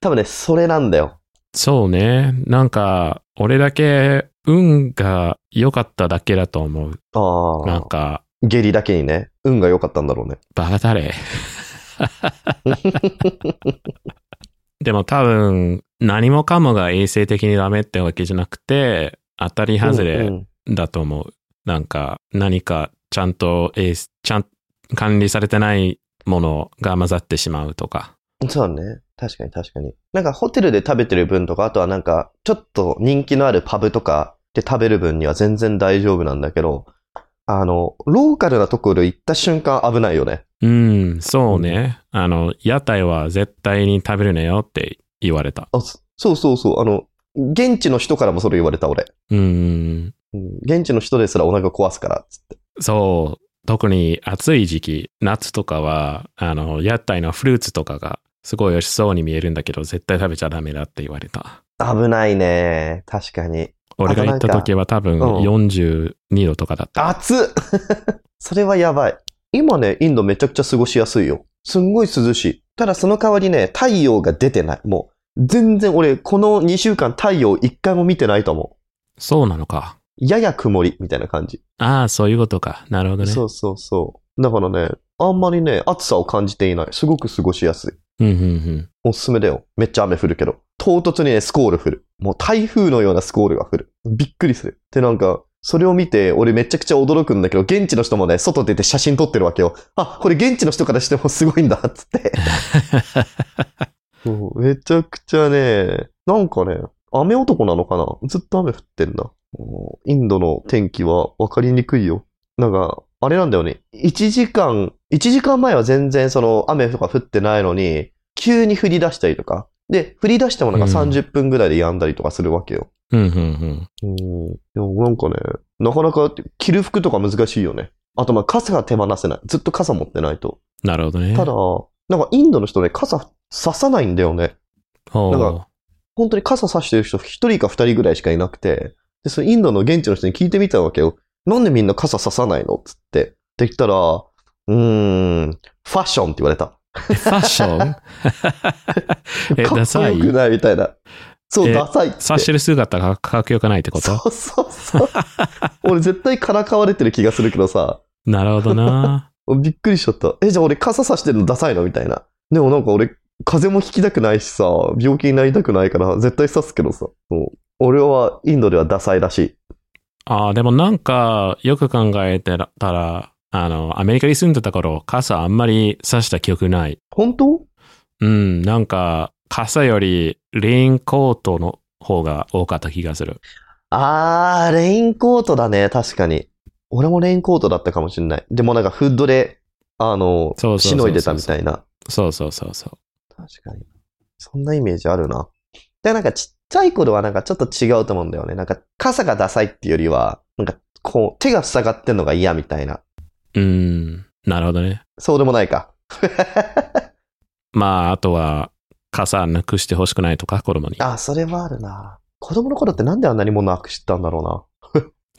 B: 多分ね、それなんだよ。
A: そうね。なんか、俺だけ運が良かっただけだと思う。
B: あ
A: な
B: あ
A: ん。か、
B: 下痢だけにね、運が良かったんだろうね。
A: バカタレ。でも多分、何もかもが衛生的にダメってわけじゃなくて、当たり外
B: うんう
A: れ
B: ん
A: だと思う。なんか、何かちゃんと衛生、ちゃん、管理されてないものが混ざってしまうとか。
B: そうだね。確かに確かに。なんかホテルで食べてる分とか、あとはなんか、ちょっと人気のあるパブとかで食べる分には全然大丈夫なんだけど、あの、ローカルなところ行った瞬間危ないよね。
A: うん、そうね。あの、屋台は絶対に食べるなよって言われた。
B: あ、そそうそうそう。あの、現地の人からもそれ言われた俺。
A: うん、
B: うん現地の人ですらお腹壊すから、つって。
A: そう。特に暑い時期、夏とかは、あの、屋台のフルーツとかがすごい美味しそうに見えるんだけど、絶対食べちゃダメだって言われた。
B: 危ないね。確かに。
A: 俺が行った時は多分
B: あとなんか
A: 42度とかだった。
B: 暑っ それはやばい。今ね、インドめちゃくちゃ過ごしやすいよ。すんごい涼しい。ただその代わりね、太陽が出てない。もう、全然俺、この2週間太陽一回も見てないと思
A: そうなのか。
B: う。やや曇り、みたいな感じ。
A: ああ、そういうことか。なるほどね。
B: そうそうそう。だからね、あんまりね、暑さを感じていない。すごく過ごしやす
A: う
B: い。
A: んうんうん。
B: おすすめだよ。めっちゃ雨降るけど。唐突にね、スコール降る。もう台風のようなスコールが降る。びっくりする。で、なんか、それを見て、俺めちゃくちゃ驚くんだけど、現地の人もね、外出て写真撮ってるわけよ。あ、これ現地の人からしてもすごいんだ、つって。そうめちゃくちゃね、なんかね、雨男なのかなずっと雨降ってんだ。もうインドの天気は分かりにくいよ。なんか、あれなんだよね。1時間、1時間前は全然その雨とか降ってないのに、急に降り出したりとか。で、降り出してもなんか
A: うん
B: 30分ぐらいで止んだりとかするわけよ。
A: うんうんうん。
B: うん。でもなんかね、なかなか着る服とか難しいよね。あとまあ傘が手放せない。ずっと傘持ってないと。
A: なるほどね。
B: ただ、なんかインドの人ね、傘ささないんだよね。
A: ほう
B: なん本当に傘さしてる人一人か二人ぐらいしかいなくて、で、そのインドの現地の人に聞いてみたわけよ。なんでみんな傘ささないのつって。って言ったら、うーん、ファッションって言われた。
A: えファッ ションえ、
B: か
A: ダ
B: っこ
A: サい
B: よくないみたいな。そう、
A: え
B: ダサいって。
A: 察してる姿がかっこよくないってこと
B: そうそうそう。俺絶対からかわれてる気がするけどさ、
A: なるほどな。
B: びっくりしちゃった。え、じゃあ俺傘さしてるのダサいのみたいな。でもなんか俺、風邪もひきたくないしさ、病気になりたくないから絶対さすけどさ。そう俺はインドではダサいらしい。
A: ああ、でもなんか、よく考えてたら、あの、アメリカに住んでた頃、傘あんまり差した記憶ない。
B: 本当
A: うん、なんか、傘よりレインコートの方が多かった気がする。
B: あー、レインコートだね、確かに。俺もレインコートだったかもしれない。でもなんかフッドで、あの、
A: そうそうそうそう
B: しのいでたみたいな。
A: そうそうそうそ
B: 確かに。そんなイメージあるな。で、なんかちっちゃい頃はなんかちょっと違うと思うんだよね。なんか傘がダサいっていうよりは、なんかこう、手が塞がってんのが嫌みたいな。
A: う。うん、なるほどね。
B: そうでもな いか。
A: まあ、あとは、傘なくしてほしくないとか、子供に。
B: あ、それはあるな。子供の頃ってなんであんなに物なくしてたんだろ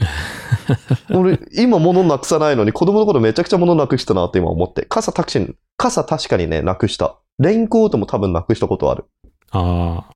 B: うな。 俺、今物なくさないのに、子供の頃めちゃくちゃ物なくしたなって今思って。傘タクシー、傘確かにね、なくした。レインコートも多分なくしたことある。
A: ああ。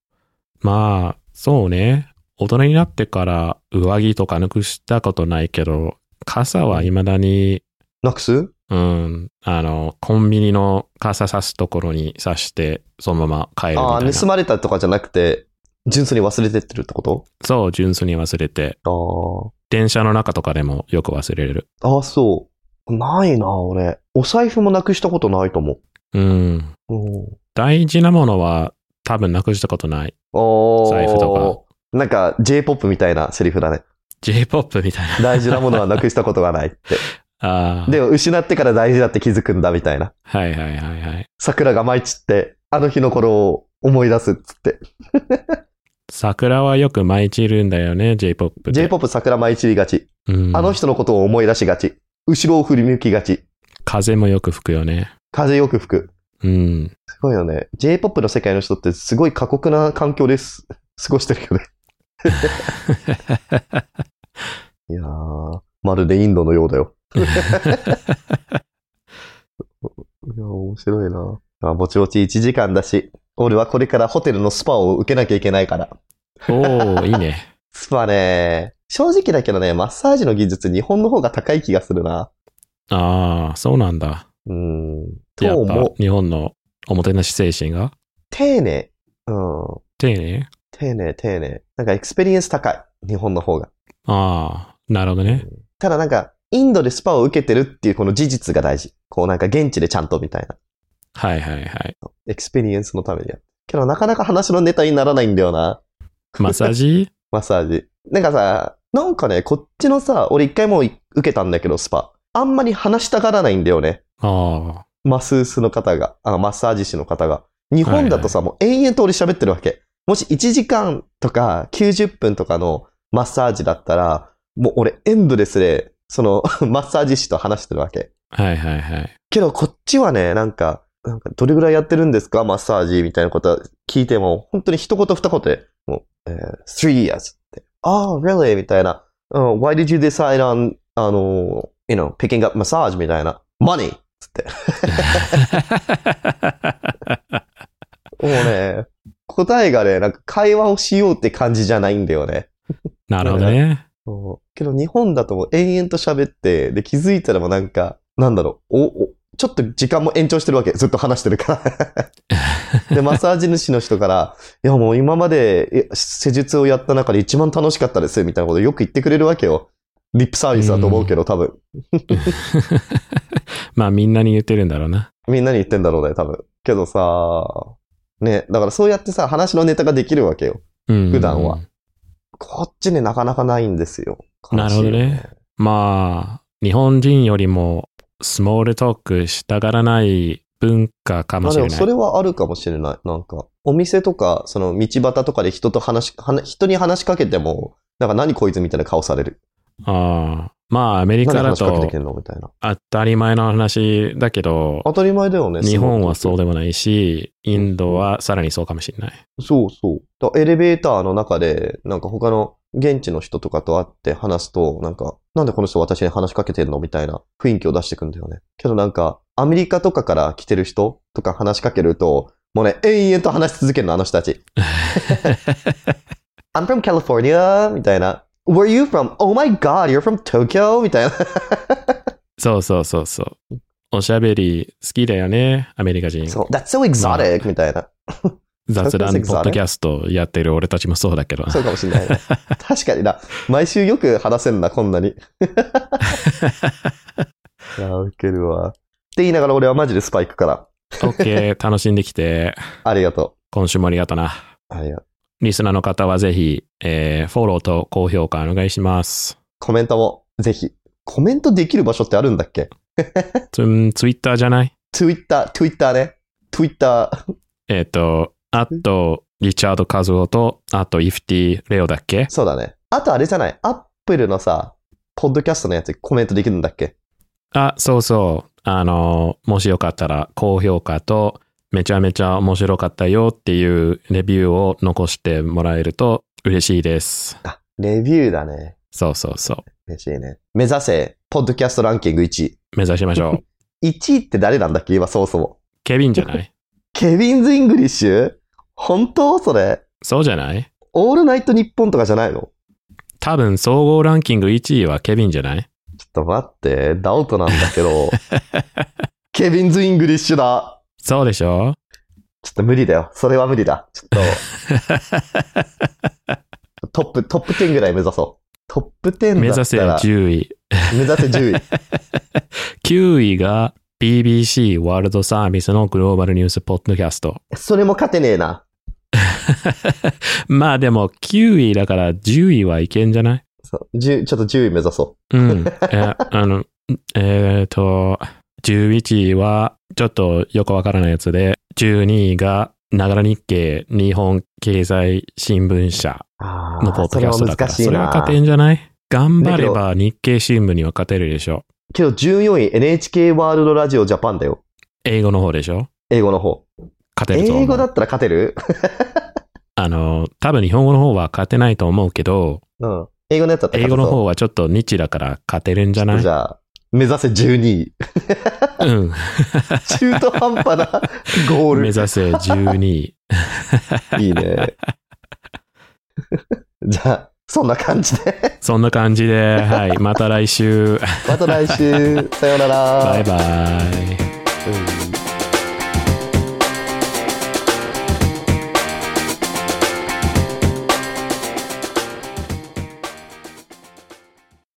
A: まあ、そうね。大人になってから上着とかなくしたことないけど、傘は未だに、
B: なくす
A: うん、あの、コンビニの傘差すところに差して、そのまま帰るみ
B: ああ、
A: たいな
B: 盗。まれたとかじゃなくて、純粋に忘れてってるってこ
A: そう、純粋に忘れて。
B: と
A: 電車の中とかでもよく忘れる。
B: ああ。ああ、そう。ないな、俺。お財布もなくしたことないと思
A: うん。
B: う。うん。
A: 大事なものは多分なくしたことない。
B: お
A: 財布と
B: か。なんか、J-POP みたいなセリフだね。
A: J-POP みたいな。
B: 大事なものはなくしたことがないって。
A: ああ。
B: でも失ってから大事だって気づくんだみたいな。
A: はいはいはいはい。
B: 桜が舞い散って、あの日の頃を思い出すっつって。
A: 桜はよく舞い散るんだよね、J-POP で。
B: J-POP 桜舞い散りがち。
A: うん、
B: あの人のことを思い出しがち。後ろを振り向きがち。
A: 風もよく吹くよね。
B: 風よく吹く。
A: うん。
B: すごいよね。J-POP の世界の人ってすごい過酷な環境です。過ごしてるよ ね。いやー、まるでインドのよう だよ。いや、面白いな。あ、ぼちぼち1時間だし、俺はこれからホテルのスパを受けなきゃいけないから。
A: おおいいね。
B: スパね、正直だけどね、マッサージの技術日本の方が高い気がするな。
A: ああ、そうなんだ。
B: うん。
A: や
B: と
A: っぱ
B: 思う。
A: 日本のおもてなし精神が
B: 丁寧。うん。
A: 丁寧
B: 丁寧、丁寧。なんかエクスペリエンス高い。日本の方が。
A: ああ、なるほどね。
B: ただなんか、インドでスパを受けてるっていうこの事実が大事。こうなんか現地でちゃんとみたいな。
A: はいはいはい。
B: エクスペリエンスのためにやる。けどなかなか話のネタにならないんだよな。
A: マッサージ
B: マッサージ。なんかさ、なんかね、こっちのさ、俺一回もう受けたんだけど、スパ。あんまり話したがらないんだよね。
A: ああ。
B: マスースの方が、あの、マッサージ師の方が。日本だとさ、もう延々と俺喋ってるわけ。もし1時間とか90分とかのマッサージだったら、もう俺エンドレスで、その、 マッサージ師と話してるわけ。
A: はいはいはい。
B: けどこっちはね、なんか、なんかどれぐらいやってるんですかマッサージみたいなこと聞いても、本当に一言二言で、もう、えー、three years って。あ、h really? みたいな。うん why did you decide on, あの、you know, picking up massage みたいな。money! つって。もうね、答えがね、なんか会話をしようって感じじゃないんだよね。
A: なるほどね。
B: そうけど日本だともう延々と喋って、で気づいたらもうなんか、なんだろう、お、お、ちょっと時間も延長してるわけ。ずっと話してる から。で、マッサージ主の人から、いやもう今までえ施術をやった中で一番楽しかったです、みたいなことよく言ってくれるわけよ。リップサービスだと思うけど、多分。
A: まあみんなに言ってるんだろうな。
B: みんなに言ってんだろうね、多分。けどさ、ね、だからそうやってさ、話のネタができるわけよ。
A: うん。
B: 普段は。こっちね、なかなかないんですよ。
A: なるほどね。まあ、日本人よりもスモールトークしたがらない文化か
B: ま
A: も
B: あ
A: し
B: で
A: れ
B: も
A: ない。
B: それはあるかもしれない。なんか、お店とか、その道端とかで人と話し、話人に話しかけても、なんか何こいつみたいな顔される。
A: ああ。まあアメリカ
B: 何
A: だ
B: 話しかけて
A: と
B: きてんのみたいな。
A: 当たり前の話だけど、
B: 当たり前だよね。
A: 日本はそう
B: う。
A: でもないし、インドはさらにそうかもしれない。
B: そうそう。だからエレベーターの中で、なんか他の現地の人とかと会って話すと、なんか、なんでこの人私に話しかけてんのみたいな雰囲気を出してくんだよね。けどなんか、アメリカとかから来てる人とか話しかけると、もうね、永遠と話し続けるの、あの人たち。I'm from California みたいな。Where you from? Oh my god, you're from Tokyo? みたいな。
A: そうそうそうそう。おしゃべり好きだよね、アメリカ人。
B: そう、That's so exotic! みたいな。
A: 雑談
B: That's exotic.
A: ポッドキャストやってる俺たちもそうだけど。
B: そうかもしれないね。確かにな。毎週よく話せんな、こんなに。いやー、ウケるわ。って言いながら俺はマジでスパイクから。
A: OK、楽しんできて、
B: ありがと
A: 今週もありがとな。
B: う。ありがとう。
A: リスナーの方はぜひ、えーフォローと高評価お願いします。
B: コメントも、ぜひ。コメントできる場所ってあるんだっけ
A: ツツイッターじゃない
B: ?Twitter、Twitter ね。Twitter。
A: えっ、と、あと、リチャード・カズオと、あと、イフティ・レオだっけ
B: そうだね。あとあれじゃない。Apple のさ、ポッドキャストのやつコメントできるんだっけ
A: あ、そうそう。あの、もしよかったら、高評価と、めちゃめちゃ面白かったよっていうレビューを残してもらえると嬉しいです。
B: あ、レビューだね。
A: そうそうそ
B: 嬉しいね。目指せ、ポッドキャストランキング1位。
A: う。目指しまし ょう。
B: 1位って誰なんだっけ今そもそも。
A: ケビンじゃない
B: ケビンズ・イングリッシュ本当それ。
A: そうじゃない
B: オールナイトニッポンとかじゃないの
A: 多分、総合ランキング1位はケビンじゃない
B: ちょっと待って、ダウトなんだ けど。ケビンズ・イングリッシュだ。
A: そうでしょ
B: ちょっと無理だよ。それは無理だ。ちょっ と。トップ、トップ10ぐらい目指そう。トップ10
A: 目
B: だ
A: 指
B: っ
A: せ
B: たら
A: 10位。
B: 目指せ10位。
A: 9位が BBC ワールドサービスのグローバルニュースポッドキャスト。
B: それも勝てねえな。
A: まあでも9位だから10位はいけんじゃない
B: そう10ちょっと10位目指そ
A: うん。え、あの、えっ、と、11位はちょっとよくわからないやつで、12位がながら日経日本経済新聞社
B: う。あ
A: のポッドキャストだから、そ
B: そ
A: れ
B: れ
A: は
B: は難
A: 勝
B: し
A: て
B: いな。
A: んじゃない頑張れば日経新聞には勝てるでしょ。
B: けど14位 NHK ワールドラジオジャパンだよ。
A: 英語の方でしょ
B: 英語の方。
A: 勝てると思う。
B: 英語だったら勝てる
A: あの、多分日本語の方は勝てないと思うけど、
B: うん。英語のやつだったら
A: 英語
B: 勝て
A: の
B: そう
A: 方はちょっとニッチだから勝てるんじゃない
B: じゃあ、目指せ12位。
A: うん。
B: 中途半端 なゴー
A: 目
B: ル。
A: 指せ12位。
B: いいね。 じゃあ、そんな感じで。
A: そんな感じで、 はい。また来週。
B: また来週。さようなら。
A: バイバイ。
B: うん